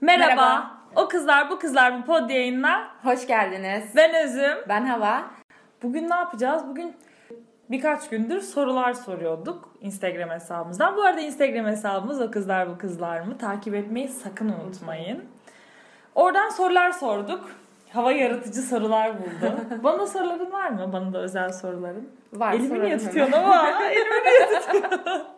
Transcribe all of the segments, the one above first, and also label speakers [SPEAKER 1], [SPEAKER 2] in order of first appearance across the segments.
[SPEAKER 1] Merhaba.
[SPEAKER 2] Merhaba.
[SPEAKER 1] O kızlar bu kızlar mı pod yayınına?
[SPEAKER 2] Hoş geldiniz.
[SPEAKER 1] Ben Özüm.
[SPEAKER 2] Ben Hava.
[SPEAKER 1] Bugün ne yapacağız? Bugün birkaç gündür sorular soruyorduk Instagram hesabımızdan. Bu arada Instagram hesabımız o kızlar bu kızlar mı? Takip etmeyi sakın unutmayın. Oradan sorular sorduk. Hava yaratıcı sorular buldu. Bana soruların var mı? Bana da özel soruların.
[SPEAKER 2] Var
[SPEAKER 1] Elimi
[SPEAKER 2] sorarım
[SPEAKER 1] niye
[SPEAKER 2] hemen.
[SPEAKER 1] tutuyorsun ama? Elimi niye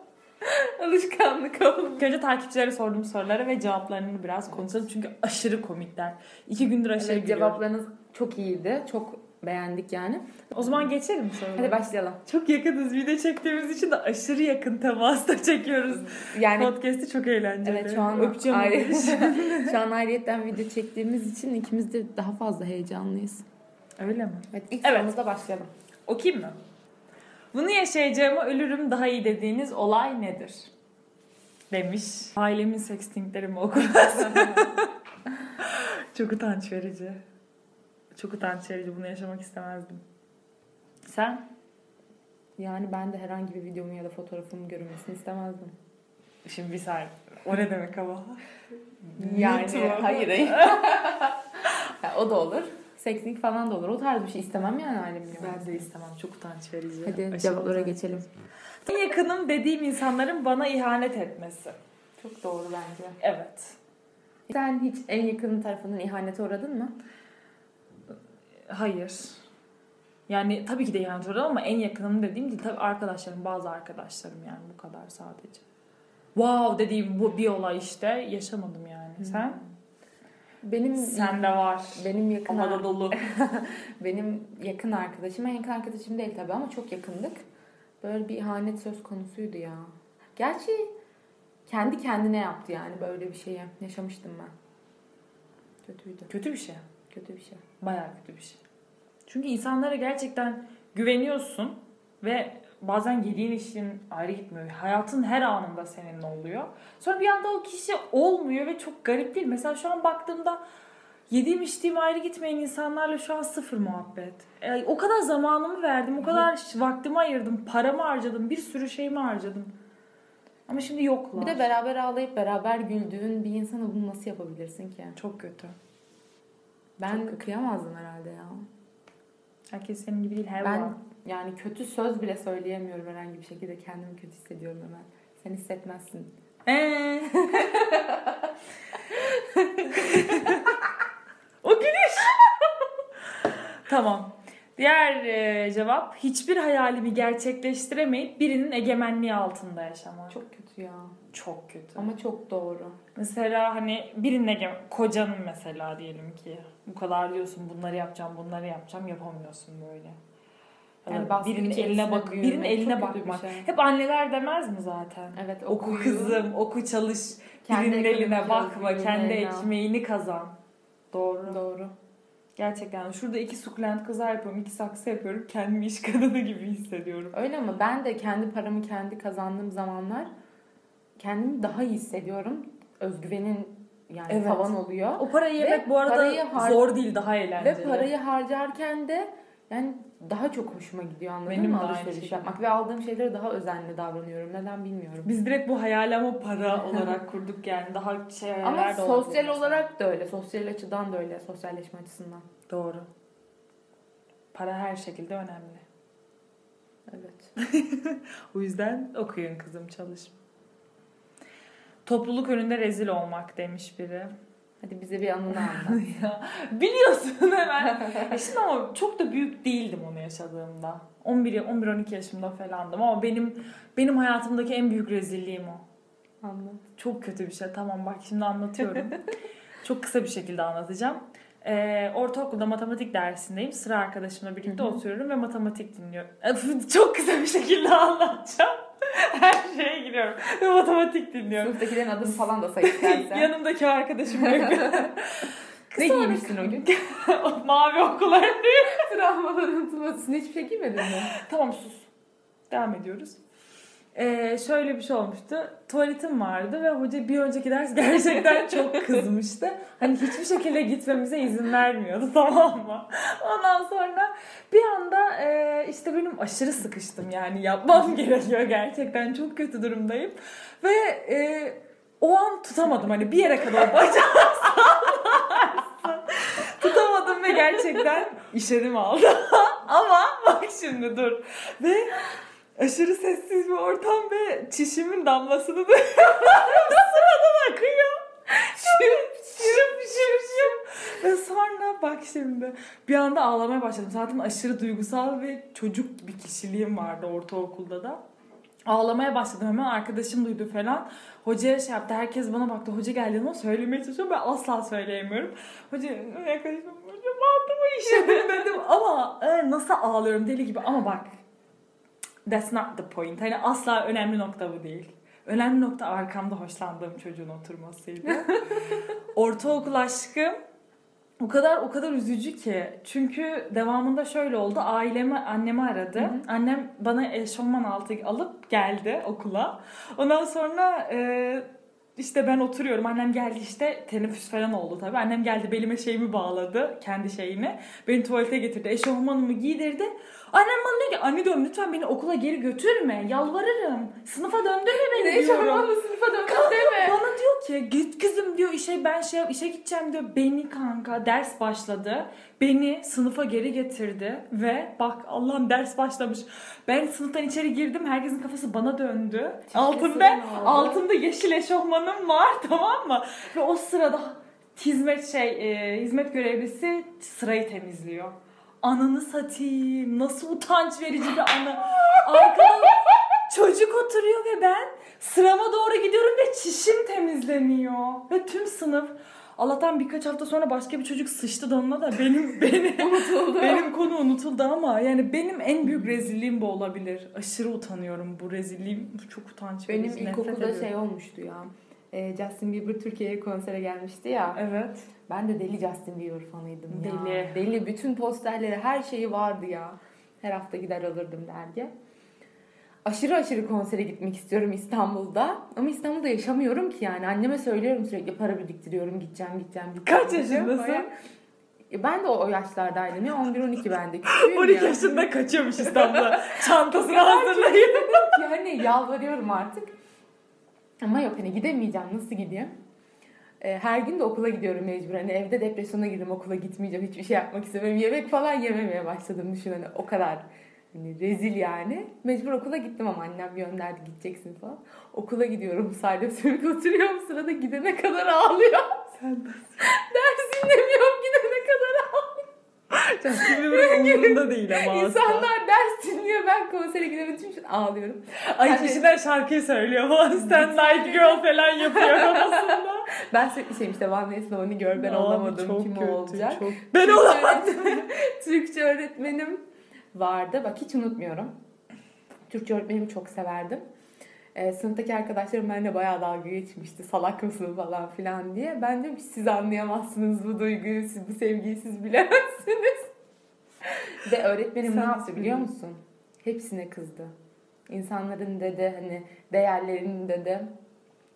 [SPEAKER 2] Alışkanlık oldu.
[SPEAKER 1] İlk önce takipçilere sorduğum soruları ve cevaplarını biraz konuşalım. Çünkü aşırı komikler. İki gündür aşırı
[SPEAKER 2] Evet,
[SPEAKER 1] gülüyorum.
[SPEAKER 2] cevaplarınız çok iyiydi. Çok beğendik yani.
[SPEAKER 1] O zaman geçelim sorulara.
[SPEAKER 2] Hadi başlayalım.
[SPEAKER 1] Çok yakınız. Video çektiğimiz için de aşırı yakın temasta çekiyoruz.
[SPEAKER 2] Yani
[SPEAKER 1] Podcast'i çok eğlenceli.
[SPEAKER 2] evet şu an
[SPEAKER 1] Öpeceğim
[SPEAKER 2] ayrı-
[SPEAKER 1] onu.
[SPEAKER 2] şu an ayrıyetten video çektiğimiz için ikimiz de daha fazla heyecanlıyız.
[SPEAKER 1] Öyle mi?
[SPEAKER 2] Evet ilk
[SPEAKER 1] Evet.
[SPEAKER 2] sorumuzla başlayalım.
[SPEAKER 1] Okuyayım mı? Bunu yaşayacağıma ölürüm daha iyi dediğiniz olay nedir? Demiş. Ailemin sextinglerimi okumaz. Çok utanç verici. Çok utanç verici. Bunu yaşamak istemezdim. Sen?
[SPEAKER 2] Yani ben de herhangi bir videomu ya da fotoğrafımı görünmesini istemezdim.
[SPEAKER 1] Şimdi bir saniye. O ne demek ama?
[SPEAKER 2] Yani
[SPEAKER 1] YouTube'a.
[SPEAKER 2] hayır hayır. Ya, o da olur. Sekslik falan da olur. O tarz bir şey istemem yani ailemin
[SPEAKER 1] Ben
[SPEAKER 2] görmesini.
[SPEAKER 1] de istemem. Çok utanç verici.
[SPEAKER 2] Hadi
[SPEAKER 1] Aşırı
[SPEAKER 2] cevaplara
[SPEAKER 1] utanç.
[SPEAKER 2] geçelim.
[SPEAKER 1] En yakınım dediğim insanların bana ihanet etmesi.
[SPEAKER 2] Çok doğru bence.
[SPEAKER 1] Evet.
[SPEAKER 2] Sen hiç en yakın tarafından ihanete uğradın mı?
[SPEAKER 1] Hayır. Yani tabii ki de ihanet uğradım ama en yakınım dediğim değil. Tabii arkadaşlarım, bazı arkadaşlarım yani bu kadar sadece. Wow dediğim bu bir olay işte. Yaşamadım yani. Sen?
[SPEAKER 2] Benim
[SPEAKER 1] Sen de var.
[SPEAKER 2] benim yakın
[SPEAKER 1] Havada dolu.
[SPEAKER 2] benim yakın arkadaşım, en yakın arkadaşım değil tabii ama çok yakındık. Böyle bir ihanet söz konusuydu ya. Gerçi kendi kendine yaptı yani böyle bir şeyi. Yaşamıştım ben. Kötüydü.
[SPEAKER 1] kötü bir şey.
[SPEAKER 2] Kötü bir şey.
[SPEAKER 1] Bayağı kötü bir şey. Çünkü insanlara gerçekten güveniyorsun ve bazen yediğin işin ayrı gitmiyor. Hayatın her anında seninle oluyor. Sonra bir anda o kişi olmuyor ve çok garip değil. Mesela şu an baktığımda yediğim içtiğim ayrı gitmeyen insanlarla şu an sıfır muhabbet. E, o kadar zamanımı verdim, o kadar vaktimi ayırdım, paramı harcadım, bir sürü şeyimi harcadım. Ama şimdi yoklar.
[SPEAKER 2] Bir de beraber ağlayıp beraber güldüğün bir insana bunu nasıl yapabilirsin ki?
[SPEAKER 1] çok kötü. Çok
[SPEAKER 2] Ben
[SPEAKER 1] kötü.
[SPEAKER 2] kıyamazdım herhalde ya.
[SPEAKER 1] Herkes senin gibi değil. Her
[SPEAKER 2] Ben
[SPEAKER 1] var.
[SPEAKER 2] yani kötü söz bile söyleyemiyorum herhangi bir şekilde. Kendimi kötü hissediyorum hemen. Sen hissetmezsin.
[SPEAKER 1] Ee. o gülüş. tamam. Diğer e, cevap hiçbir hayalimi gerçekleştiremeyip birinin egemenliği altında yaşamak. Çok,
[SPEAKER 2] Çok kötü ya.
[SPEAKER 1] çok kötü.
[SPEAKER 2] Ama çok doğru.
[SPEAKER 1] Mesela hani birinin egemen kocanın mesela diyelim ki bu kadar diyorsun bunları yapacağım bunları yapacağım yapamıyorsun böyle. Ya
[SPEAKER 2] Yani
[SPEAKER 1] da
[SPEAKER 2] baskı
[SPEAKER 1] birinin
[SPEAKER 2] içerisinde
[SPEAKER 1] eline bak
[SPEAKER 2] büyümek
[SPEAKER 1] birinin eline
[SPEAKER 2] çok kötü bir
[SPEAKER 1] bakmak.
[SPEAKER 2] şey.
[SPEAKER 1] Hep anneler demez mi zaten?
[SPEAKER 2] Evet
[SPEAKER 1] Oku
[SPEAKER 2] okuyu-
[SPEAKER 1] kızım, oku çalış,
[SPEAKER 2] Kendi
[SPEAKER 1] birinin eline
[SPEAKER 2] ekonomik
[SPEAKER 1] bakma,
[SPEAKER 2] özgürlüğüne
[SPEAKER 1] kendi
[SPEAKER 2] ya.
[SPEAKER 1] ekmeğini kazan. Doğru.
[SPEAKER 2] Doğru.
[SPEAKER 1] Gerçekten şurada iki sukulent kızar yapıyorum, iki saksı yapıyorum. Kendimi iş kadını gibi hissediyorum.
[SPEAKER 2] Öyle ama ben de kendi paramı kendi kazandığım zamanlar kendimi daha iyi hissediyorum. Özgüvenin yani
[SPEAKER 1] Evet.
[SPEAKER 2] tavan oluyor.
[SPEAKER 1] O parayı
[SPEAKER 2] Ve
[SPEAKER 1] yemek bu arada
[SPEAKER 2] parayı har-
[SPEAKER 1] zor değil, daha eğlenceli.
[SPEAKER 2] Ve parayı harcarken de yani daha çok hoşuma gidiyor anladın
[SPEAKER 1] Benim
[SPEAKER 2] mı?
[SPEAKER 1] de aynı
[SPEAKER 2] Alışveriş
[SPEAKER 1] şey.
[SPEAKER 2] yapmak ve aldığım şeylere daha özenli davranıyorum. Neden bilmiyorum.
[SPEAKER 1] Biz direkt bu hayali ama para olarak kurduk yani. Daha şey hayaller
[SPEAKER 2] Ama
[SPEAKER 1] de olabilir
[SPEAKER 2] sosyal
[SPEAKER 1] mesela.
[SPEAKER 2] olarak da öyle. Sosyal açıdan da öyle. Sosyalleşme açısından.
[SPEAKER 1] Doğru. Para her şekilde önemli.
[SPEAKER 2] Evet.
[SPEAKER 1] O yüzden okuyun kızım, çalışın. Topluluk önünde rezil olmak demiş biri.
[SPEAKER 2] Hadi bize bir anını anlat.
[SPEAKER 1] ya biliyorsun hemen. E Şimdi ama çok da büyük değildim onu yaşadığımda. 11 11 12 yaşımda falandım ama benim benim hayatımdaki en büyük rezilliğim o.
[SPEAKER 2] anlat.
[SPEAKER 1] Çok kötü bir şey. Tamam bak şimdi anlatıyorum. Çok kısa bir şekilde anlatacağım. Ee, ortaokulda matematik dersindeyim. Sıra arkadaşımla birlikte
[SPEAKER 2] Hı hı.
[SPEAKER 1] oturuyorum ve matematik dinliyorum. Çok kısa bir şekilde anlatacağım. Her şeye giriyorum ve matematik dinliyorum.
[SPEAKER 2] Sınıftakilerin adını falan da say istersen.
[SPEAKER 1] Yanımdaki arkadaşım yok.
[SPEAKER 2] ne
[SPEAKER 1] Kısa
[SPEAKER 2] giymişsin o gün?
[SPEAKER 1] o mavi okular
[SPEAKER 2] Travmalar unutulmasın. Hiçbir şey giymedin mi?
[SPEAKER 1] Tamam sus. Devam ediyoruz. Ee, şöyle bir şey olmuştu. Tuvaletim vardı ve hoca bir önceki ders gerçekten çok kızmıştı. Hani hiçbir şekilde gitmemize izin vermiyordu tamam mı? Ondan sonra bir anda e, işte benim aşırı sıkıştım yani yapmam gerekiyor gerçekten çok kötü durumdayım. Ve e, o an tutamadım hani bir yere kadar bacağı sallarsın. tutamadım ve gerçekten işedim aldı. Ama bak şimdi dur. Ve aşırı sessiz bir ortam ve çişimin damlasını duyuyorum. Suratıma akıyor. Şıp şıp şıp şıp. Ve sonra bak şimdi bir anda ağlamaya başladım. Zaten aşırı duygusal ve çocuk bir kişiliğim vardı ortaokulda da. Ağlamaya başladım hemen arkadaşım duydu falan. Hocaya şey yaptı herkes bana baktı. Hoca geldi ama söylemeye çalışıyorum ben asla söyleyemiyorum. Hoca yaklaşıyorum hocam altıma işedim dedim ama e, nasıl ağlıyorum deli gibi ama bak that's not the point. Hani asla önemli nokta bu değil. Önemli nokta arkamda hoşlandığım çocuğun oturmasıydı. Ortaokul aşkım o kadar o kadar üzücü ki. Çünkü devamında şöyle oldu. Ailemi annemi aradı.
[SPEAKER 2] Hı hı.
[SPEAKER 1] Annem bana eşofman altı alıp geldi okula. Ondan sonra e, işte ben oturuyorum. Annem geldi işte teneffüs falan oldu tabii. Annem geldi belime şeyimi bağladı. Kendi şeyini. Beni tuvalete getirdi. Eşofmanımı giydirdi. Annem bana diyor ki anne diyorum lütfen beni okula geri götürme. Yalvarırım. Sınıfa döndürme beni
[SPEAKER 2] Ne
[SPEAKER 1] diyorum.
[SPEAKER 2] şarmanla sınıfa dönmüş deme.
[SPEAKER 1] Bana diyor ki git kızım diyor işe ben şey işe gideceğim diyor. Beni kanka ders başladı. Beni sınıfa geri getirdi ve bak Allah'ım ders başlamış. Ben sınıftan içeri girdim. Herkesin kafası bana döndü. Altımda altımda yeşil eşofmanım var tamam mı? Ve o sırada hizmet şey e, hizmet görevlisi sırayı temizliyor. Ananı satayım. Nasıl utanç verici bir anı. Arkada çocuk oturuyor ve ben sırama doğru gidiyorum ve çişim temizleniyor. Ve tüm sınıf Allah'tan birkaç hafta sonra başka bir çocuk sıçtı da onunla da benim beni
[SPEAKER 2] unutuldu.
[SPEAKER 1] benim konu unutuldu ama yani benim en büyük rezilliğim bu olabilir. Aşırı utanıyorum bu rezilliğim. Bu çok utanç verici.
[SPEAKER 2] Benim
[SPEAKER 1] Nefret
[SPEAKER 2] ilkokulda
[SPEAKER 1] ediyorum.
[SPEAKER 2] şey olmuştu ya. Ee, Justin Bieber Türkiye'ye konsere gelmişti ya.
[SPEAKER 1] Evet.
[SPEAKER 2] Ben de deli Justin Bieber fanıydım ya.
[SPEAKER 1] Deli.
[SPEAKER 2] Deli. Bütün posterleri, her şeyi vardı ya. Her hafta gider alırdım dergi. Aşırı aşırı konsere gitmek istiyorum İstanbul'da. Ama İstanbul'da yaşamıyorum ki yani. Anneme söylüyorum sürekli para biriktiriyorum. Gideceğim, gideceğim, gideceğim.
[SPEAKER 1] Kaç
[SPEAKER 2] gideceğim.
[SPEAKER 1] yaşındasın?
[SPEAKER 2] Bayağı- E, Ben de o, o yaşlardaydım ya. 11-12 ben de küçüğüm
[SPEAKER 1] 12
[SPEAKER 2] yani.
[SPEAKER 1] yaşında kaçıyormuş İstanbul'a. Çantasını hazırlayıp.
[SPEAKER 2] yani yalvarıyorum artık. Ama yok hani gidemeyeceğim. Nasıl gideyim? Ee, her gün de okula gidiyorum mecbur. Hani evde depresyona girdim okula gitmeyeceğim. Hiçbir şey yapmak istemiyorum. Yemek falan yememeye başladım. Düşün hani o kadar hani rezil yani. Mecbur okula gittim ama annem gönderdi gideceksin falan. Okula gidiyorum. Sadece sürük oturuyorum. Sırada gidene kadar ağlıyor.
[SPEAKER 1] Sen de.
[SPEAKER 2] Ders dinlemiyorum gidene kadar ağlıyor.
[SPEAKER 1] Şimdi biraz umurunda değil ama aslında.
[SPEAKER 2] İnsanlar ders dinliyor. Ben konsere gidemediğim için ağlıyorum.
[SPEAKER 1] Ay
[SPEAKER 2] Yani-
[SPEAKER 1] kişiler şarkıyı söylüyor falan. Stand Like Girl falan yapıyor kafasında.
[SPEAKER 2] Ben sürekli şeyim işte Van Neslihan'ı gör ben
[SPEAKER 1] Abi
[SPEAKER 2] olamadım
[SPEAKER 1] çok
[SPEAKER 2] kim
[SPEAKER 1] kötü,
[SPEAKER 2] o olacak.
[SPEAKER 1] çok- Ben
[SPEAKER 2] Türkçe
[SPEAKER 1] olamadım.
[SPEAKER 2] öğretmenim- Türkçe öğretmenim vardı. Bak hiç unutmuyorum. Türkçe öğretmenimi çok severdim. Ee, sınıftaki arkadaşlarım benimle bayağı dalga geçmişti. Salak mısın falan filan diye. Ben de siz anlayamazsınız bu duyguyu, siz bu sevgiyi siz bilemezsiniz. Ve öğretmenim ne
[SPEAKER 1] Sen-
[SPEAKER 2] yaptı biliyor musun? Hepsine kızdı. İnsanların dedi hani değerlerini dedi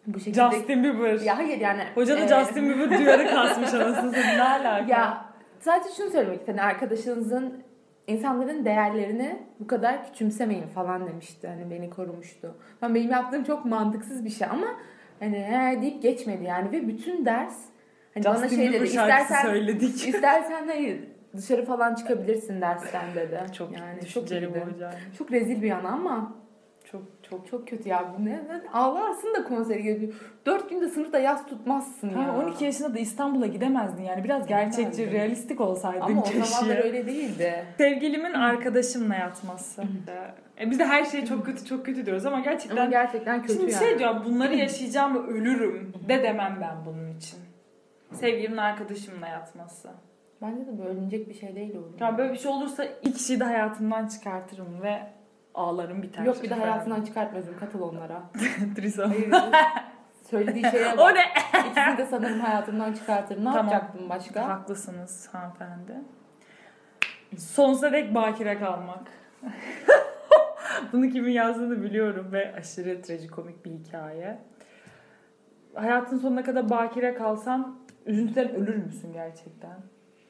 [SPEAKER 2] bu şekilde...
[SPEAKER 1] Justin Bieber.
[SPEAKER 2] Ya hayır yani...
[SPEAKER 1] Hoca da
[SPEAKER 2] e,
[SPEAKER 1] Justin Bieber duyarı kasmış anasını satayım. Ne alaka?
[SPEAKER 2] ya sadece şunu söylemek istedim. Arkadaşınızın insanların değerlerini bu kadar küçümsemeyin falan demişti. Hani beni korumuştu. Ben benim yaptığım çok mantıksız bir şey ama hani he deyip geçmedi yani ve bütün ders hani bana
[SPEAKER 1] Justin
[SPEAKER 2] şey
[SPEAKER 1] Bieber
[SPEAKER 2] dedi
[SPEAKER 1] şarkısı
[SPEAKER 2] istersen
[SPEAKER 1] söyledik.
[SPEAKER 2] istersen hayır dışarı falan çıkabilirsin dersten dedi.
[SPEAKER 1] Çok
[SPEAKER 2] yani
[SPEAKER 1] düşünceli bu
[SPEAKER 2] iyiydi.
[SPEAKER 1] hocam.
[SPEAKER 2] Çok rezil bir yana ama
[SPEAKER 1] Çok çok.
[SPEAKER 2] çok kötü ya bu ne? ne- Ağlarsın da konsere geliyor. Dört günde sınıfta yaz tutmazsın ya.
[SPEAKER 1] Ha, 12 yaşında da İstanbul'a gidemezdin yani. Biraz gerçekçi,
[SPEAKER 2] Gidemezdin.
[SPEAKER 1] realistik olsaydın
[SPEAKER 2] Ama o
[SPEAKER 1] keşke.
[SPEAKER 2] zamanlar öyle değildi.
[SPEAKER 1] Sevgilimin arkadaşımla yatması. E, biz de her şey çok kötü çok kötü diyoruz ama gerçekten
[SPEAKER 2] Ama gerçekten kötü
[SPEAKER 1] şimdi
[SPEAKER 2] yani.
[SPEAKER 1] şey diyor bunları yaşayacağım ve ölürüm de demem ben bunun için. Sevgilimin arkadaşımla yatması.
[SPEAKER 2] Bence de bölünecek bir şey değil o.
[SPEAKER 1] Ya böyle bir şey olursa iki kişiyi de hayatımdan çıkartırım ve ağlarım biter.
[SPEAKER 2] Yok bir de hayatından çıkartmazım katıl onlara.
[SPEAKER 1] Trisam.
[SPEAKER 2] Hayır. Söylediği şeye
[SPEAKER 1] o
[SPEAKER 2] bak.
[SPEAKER 1] ne?
[SPEAKER 2] İkisini de sanırım hayatımdan çıkartırım. Ne
[SPEAKER 1] Tamam.
[SPEAKER 2] yapacaktım başka?
[SPEAKER 1] Haklısınız hanımefendi. Sonsuza dek bakire kalmak. Bunu kimin yazdığını biliyorum ve aşırı trajikomik bir hikaye. Hayatın sonuna kadar bakire kalsan üzüntüden ölür müsün gerçekten?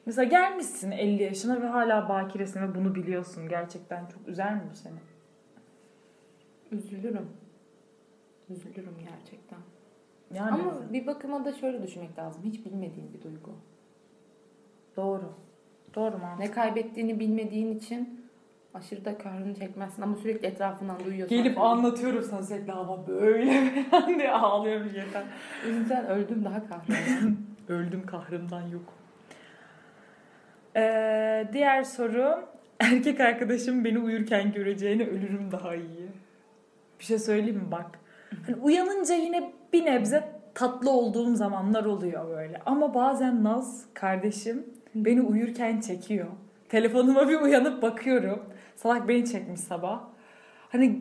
[SPEAKER 1] Mesela gelmişsin 50 yaşına ve hala bakiresin ve bunu biliyorsun. Gerçekten çok üzer mi bu seni?
[SPEAKER 2] Üzülürüm. Üzülürüm gerçekten.
[SPEAKER 1] Yani
[SPEAKER 2] Ama bir bakıma da şöyle düşünmek lazım. Hiç bilmediğin bir duygu.
[SPEAKER 1] doğru. Doğru mantıklı.
[SPEAKER 2] Ne kaybettiğini bilmediğin için aşırı da kahrını çekmezsin ama sürekli etrafından duyuyorsun.
[SPEAKER 1] Gelip anlatıyorum sana sürekli hava böyle falan diye ağlıyorum yeter.
[SPEAKER 2] Üzüntüden öldüm daha kahroluyum.
[SPEAKER 1] Öldüm kahrımdan yok. Ee, diğer soru. Erkek arkadaşım beni uyurken göreceğine ölürüm daha iyi. Bir şey söyleyeyim mi bak. Hani uyanınca yine bir nebze tatlı olduğum zamanlar oluyor böyle. Ama bazen Naz kardeşim beni uyurken çekiyor. Telefonuma bir uyanıp bakıyorum. Salak beni çekmiş sabah. Hani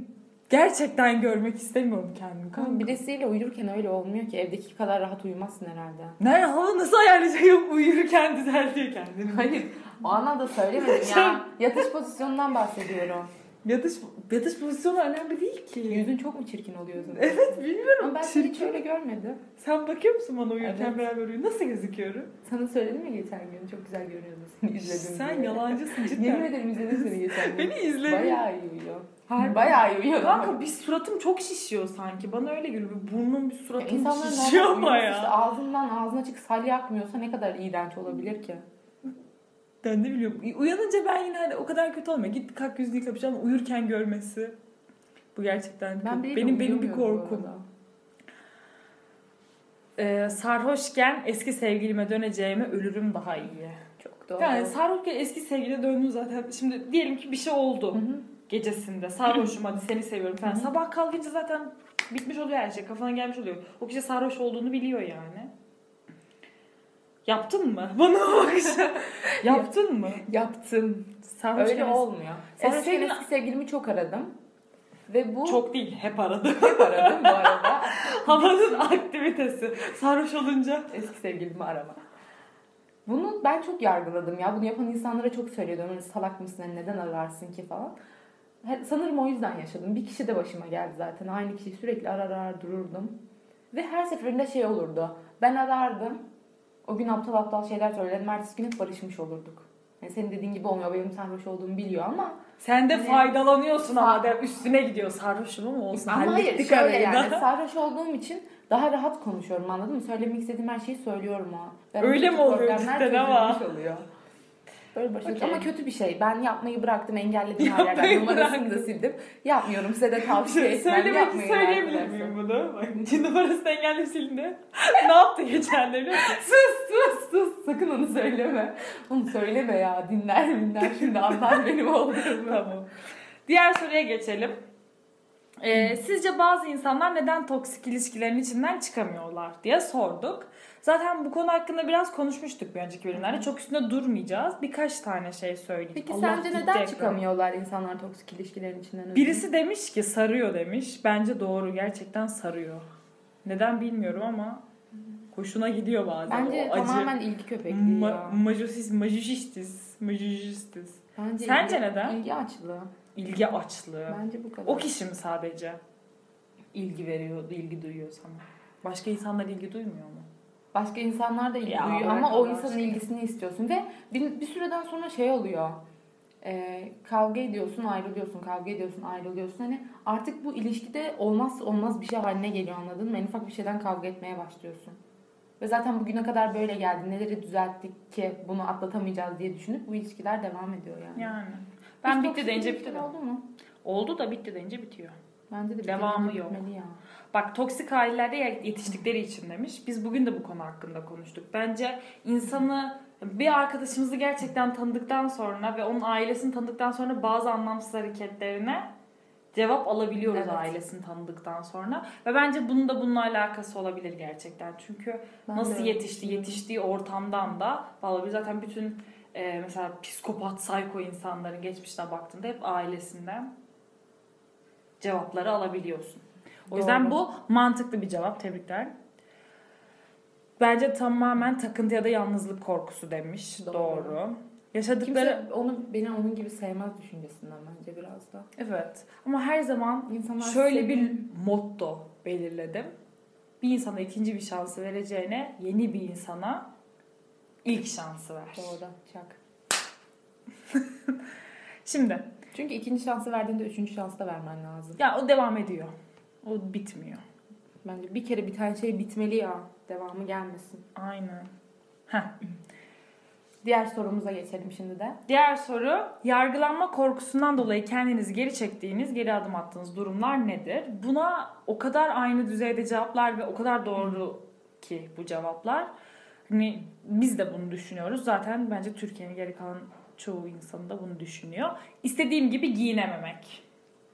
[SPEAKER 1] gerçekten görmek istemiyorum kendimi.
[SPEAKER 2] Kanka birisiyle uyurken öyle olmuyor ki evdeki kadar rahat uyumazsın herhalde.
[SPEAKER 1] Nerede hava nasıl ayarlayacağım uyurken düzeltiyor kendini.
[SPEAKER 2] Hayır o anlamda söylemedim ya. Yatış pozisyonundan bahsediyorum.
[SPEAKER 1] Yatış, yatış pozisyonu önemli değil ki.
[SPEAKER 2] Yüzün çok mu çirkin oluyor yüzün?
[SPEAKER 1] Evet bilmiyorum.
[SPEAKER 2] Ama ben seni hiç öyle görmedim.
[SPEAKER 1] Sen bakıyor musun bana uyurken
[SPEAKER 2] Evet.
[SPEAKER 1] beraber uyuyor? Nasıl gözüküyorum?
[SPEAKER 2] Sana söyledim mi geçen gün çok güzel görünüyordun seni izledim
[SPEAKER 1] Sen
[SPEAKER 2] diye.
[SPEAKER 1] yalancısın
[SPEAKER 2] Yemin
[SPEAKER 1] cidden.
[SPEAKER 2] ederim izledim seni geçen gün.
[SPEAKER 1] Beni izle.
[SPEAKER 2] Bayağı iyi uyuyor. Hayır bayağı iyi uyuyor.
[SPEAKER 1] Kanka bir suratım çok şişiyor sanki. Bana öyle geliyor. Bir Burnum bir
[SPEAKER 2] Ya
[SPEAKER 1] suratım
[SPEAKER 2] İnsanların
[SPEAKER 1] şişiyor
[SPEAKER 2] normal
[SPEAKER 1] şey ama
[SPEAKER 2] uyuması işte
[SPEAKER 1] ya.
[SPEAKER 2] ağzından ağzına çık salya akmıyorsa ne kadar iğrenç olabilir ki?
[SPEAKER 1] Ben ne biliyorum. Uyanınca ben yine hani o kadar kötü olmuyor. Git kalk yüzünü yıka ama uyurken görmesi. Bu gerçekten
[SPEAKER 2] Ben
[SPEAKER 1] kötü.
[SPEAKER 2] biriyle
[SPEAKER 1] benim benim bir
[SPEAKER 2] uyuyamıyorum bu
[SPEAKER 1] korkum.
[SPEAKER 2] arada.
[SPEAKER 1] Ee, sarhoşken eski sevgilime döneceğime ölürüm daha iyi.
[SPEAKER 2] Çok doğru.
[SPEAKER 1] Yani sarhoşken eski sevgiline döndüm zaten. Şimdi diyelim ki bir şey oldu.
[SPEAKER 2] Hı hı.
[SPEAKER 1] gecesinde sarhoşum hadi seni seviyorum falan.
[SPEAKER 2] Hı hı.
[SPEAKER 1] Sabah kalkınca zaten bitmiş oluyor her şey. Kafana gelmiş oluyor. O kişi sarhoş olduğunu biliyor yani. Yaptın mı? Bana bak. Yaptın mı?
[SPEAKER 2] Yaptım.
[SPEAKER 1] Sarhoş
[SPEAKER 2] Öyle olmuyor. Sarhoşken
[SPEAKER 1] Eskiden-
[SPEAKER 2] eski sevgilimi çok aradım. Ve bu
[SPEAKER 1] Çok değil. Hep aradım.
[SPEAKER 2] hep aradım bu arada.
[SPEAKER 1] Havanın aktivitesi. Sarhoş olunca.
[SPEAKER 2] Eski sevgilimi arama. Bunu ben çok yargıladım ya. Bunu yapan insanlara çok söylüyordum. Hani salak mısın hani neden ararsın ki falan. He- Sanırım o yüzden yaşadım. Bir kişi de başıma geldi zaten. Aynı kişiyi sürekli arar arar dururdum. Ve her seferinde şey olurdu. Ben arardım. O gün aptal aptal şeyler söylerdim. Ertesi gün hep barışmış olurduk. Yani senin dediğin gibi olmuyor. Benim sarhoş olduğumu biliyor ama
[SPEAKER 1] Sen de
[SPEAKER 2] Ne?
[SPEAKER 1] faydalanıyorsun Adem. Üstüne gidiyor. Sarhoşum ama olsun.
[SPEAKER 2] Ama hayır
[SPEAKER 1] Hallettik
[SPEAKER 2] şöyle
[SPEAKER 1] arayı
[SPEAKER 2] yani
[SPEAKER 1] da.
[SPEAKER 2] sarhoş olduğum için daha rahat konuşuyorum anladın mı? Söylemek istediğim her şeyi söylüyorum o an. Ben
[SPEAKER 1] Öyle mi oluyor
[SPEAKER 2] problemler
[SPEAKER 1] cidden ama?
[SPEAKER 2] çözülmüş Oluyor. Böyle başladı.
[SPEAKER 1] Okey.
[SPEAKER 2] Ama kötü bir şey. Ben yapmayı bıraktım, engelledim her
[SPEAKER 1] Yapmayı
[SPEAKER 2] yerden. Numarasını da
[SPEAKER 1] bıraktım.
[SPEAKER 2] sildim. Yapmıyorum. Size de tavsiye
[SPEAKER 1] Şey,
[SPEAKER 2] etmem.
[SPEAKER 1] söylemek
[SPEAKER 2] Yapmayın
[SPEAKER 1] söyleyebilir
[SPEAKER 2] arkadaşlar.
[SPEAKER 1] miyim bunu? Bak, numarasını engelledim silindi. ne yaptı geçen de biliyor musun?
[SPEAKER 2] Sus sus sus. Sakın onu söyleme. Onu söyleme ya. Dinler dinler. Şimdi anlar benim olduğumu.
[SPEAKER 1] Tamam. Diğer soruya geçelim. Ee, sizce bazı insanlar neden toksik ilişkilerin içinden çıkamıyorlar diye sorduk. Zaten bu konu hakkında biraz konuşmuştuk bir önceki bölümlerde. Çok üstünde durmayacağız. Birkaç tane şey söyleyeyim.
[SPEAKER 2] Peki
[SPEAKER 1] Allah
[SPEAKER 2] sence
[SPEAKER 1] gitti
[SPEAKER 2] neden
[SPEAKER 1] ekran.
[SPEAKER 2] çıkamıyorlar insanlar toksik ilişkilerin içinden?
[SPEAKER 1] Birisi demiş ki sarıyor demiş. Bence doğru. Gerçekten sarıyor. Neden bilmiyorum ama hoşuna gidiyor bazen
[SPEAKER 2] Bence
[SPEAKER 1] o acı.
[SPEAKER 2] tamamen ilgi köpekliği ya.
[SPEAKER 1] Ma- majosist, majoşistiz, majoşistiz.
[SPEAKER 2] Bence
[SPEAKER 1] Sence
[SPEAKER 2] ilgi-
[SPEAKER 1] neden?
[SPEAKER 2] İlgi açlığı.
[SPEAKER 1] İlgi açlığı.
[SPEAKER 2] Bence bu kadar.
[SPEAKER 1] O kişi mi sadece ilgi veriyor, ilgi duyuyor sana? Başka insanlar ilgi duymuyor mu?
[SPEAKER 2] Başka insanlar da ilgi
[SPEAKER 1] Ya,
[SPEAKER 2] duyuyor
[SPEAKER 1] bırak
[SPEAKER 2] ama o
[SPEAKER 1] Allah
[SPEAKER 2] insanın
[SPEAKER 1] aşkına.
[SPEAKER 2] ilgisini istiyorsun. Ve bir, bir süreden sonra şey oluyor. Ee, kavga ediyorsun, ayrılıyorsun, kavga ediyorsun, ayrılıyorsun. Hani artık bu ilişkide olmazsa olmaz bir şey haline geliyor anladın mı? En ufak bir şeyden kavga etmeye başlıyorsun. Ve zaten bugüne kadar böyle geldi. Neleri düzelttik ki bunu atlatamayacağız diye düşünüp bu ilişkiler devam ediyor yani.
[SPEAKER 1] Yani. Ben
[SPEAKER 2] Hiç
[SPEAKER 1] bitti
[SPEAKER 2] toksik
[SPEAKER 1] deyince
[SPEAKER 2] ilişkin
[SPEAKER 1] bitti. de.
[SPEAKER 2] Oldu mu?
[SPEAKER 1] Oldu da bitti deyince bitiyor.
[SPEAKER 2] Bence de
[SPEAKER 1] Devamı
[SPEAKER 2] bitti,
[SPEAKER 1] yok.
[SPEAKER 2] bitmeli Ya.
[SPEAKER 1] Bak toksik ailelerde yetiştikleri için demiş. Biz bugün de bu konu hakkında konuştuk. Bence insanı bir arkadaşımızı gerçekten tanıdıktan sonra ve onun ailesini tanıdıktan sonra bazı anlamsız hareketlerine cevap alabiliyoruz
[SPEAKER 2] Evet.
[SPEAKER 1] ailesini tanıdıktan sonra. Ve bence bunun da bununla alakası olabilir gerçekten. Çünkü
[SPEAKER 2] Ben de
[SPEAKER 1] Nasıl
[SPEAKER 2] öyle
[SPEAKER 1] yetişti?
[SPEAKER 2] düşünüyorum.
[SPEAKER 1] Yetiştiği ortamdan da vallahi biz zaten bütün e, mesela psikopat, sayko insanların geçmişine baktığında hep ailesinden cevapları alabiliyorsun. O yüzden
[SPEAKER 2] Doğru.
[SPEAKER 1] bu mantıklı bir cevap. Tebrikler. Bence tamamen takıntı ya da yalnızlık korkusu demiş.
[SPEAKER 2] Doğru.
[SPEAKER 1] Doğru. Yaşadıkları
[SPEAKER 2] Kimse onu beni onun gibi sevmez düşüncesinden bence biraz da.
[SPEAKER 1] evet. Ama her zaman
[SPEAKER 2] İnsanlar
[SPEAKER 1] şöyle
[SPEAKER 2] sevmiyor.
[SPEAKER 1] bir motto belirledim. Bir insana ikinci bir şansı vereceğine yeni bir insana ilk şansı ver.
[SPEAKER 2] Doğru, çak.
[SPEAKER 1] Şimdi
[SPEAKER 2] Çünkü ikinci şansı verdiğinde üçüncü şansı da vermen lazım.
[SPEAKER 1] ya o devam ediyor. O bitmiyor.
[SPEAKER 2] Bence bir kere biten şey bitmeli ya. Devamı gelmesin.
[SPEAKER 1] Aynen.
[SPEAKER 2] Diğer sorumuza geçelim şimdi de.
[SPEAKER 1] Diğer soru, yargılanma korkusundan dolayı kendinizi geri çektiğiniz, geri adım attığınız durumlar nedir? Buna o kadar aynı düzeyde cevaplar ve o kadar doğru ki bu cevaplar. Hani biz de bunu düşünüyoruz. Zaten bence Türkiye'nin geri kalan çoğu insanı da bunu düşünüyor. İstediğim gibi giyinememek.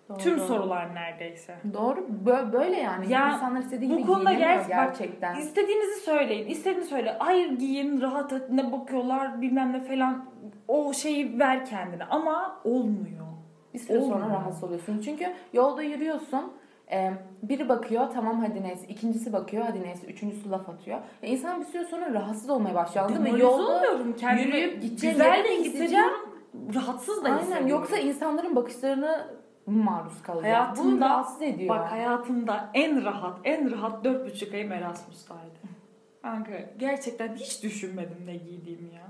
[SPEAKER 2] Doğru.
[SPEAKER 1] Tüm sorular neredeyse.
[SPEAKER 2] Doğru. Bö- böyle yani.
[SPEAKER 1] Ya,
[SPEAKER 2] İnsanlar istediği
[SPEAKER 1] bu
[SPEAKER 2] gibi
[SPEAKER 1] konuda
[SPEAKER 2] giyinemiyor
[SPEAKER 1] gerçi- bak,
[SPEAKER 2] gerçekten.
[SPEAKER 1] İstediğinizi söyleyin. İstediğini söyle. Hayır giyin, rahat et, ne bakıyorlar bilmem ne falan. O şeyi ver kendine. Ama olmuyor.
[SPEAKER 2] Bir süre sonra
[SPEAKER 1] Olmuyor.
[SPEAKER 2] rahatsız oluyorsun. Çünkü yolda yürüyorsun. e, Biri bakıyor tamam hadi neyse. ikincisi bakıyor hadi neyse. Üçüncüsü laf atıyor. E insan bir süre sonra rahatsız olmaya başlıyor. Anladın mı?
[SPEAKER 1] Demoralize
[SPEAKER 2] Yolda
[SPEAKER 1] oluyorum. Kendimi
[SPEAKER 2] yürüyüp gideceğim
[SPEAKER 1] Güzel
[SPEAKER 2] yere
[SPEAKER 1] de
[SPEAKER 2] gideceğim.
[SPEAKER 1] gideceğim. Rahatsız da
[SPEAKER 2] Aynen
[SPEAKER 1] hissediyorum.
[SPEAKER 2] yoksa insanların bakışlarına maruz kalıyor.
[SPEAKER 1] Hayatımda-
[SPEAKER 2] Bu rahatsız ediyor.
[SPEAKER 1] Bak hayatımda en rahat, en rahat dört buçuk ayım Erasmus'taydı. Kanka gerçekten hiç düşünmedim ne giydiğimi ya.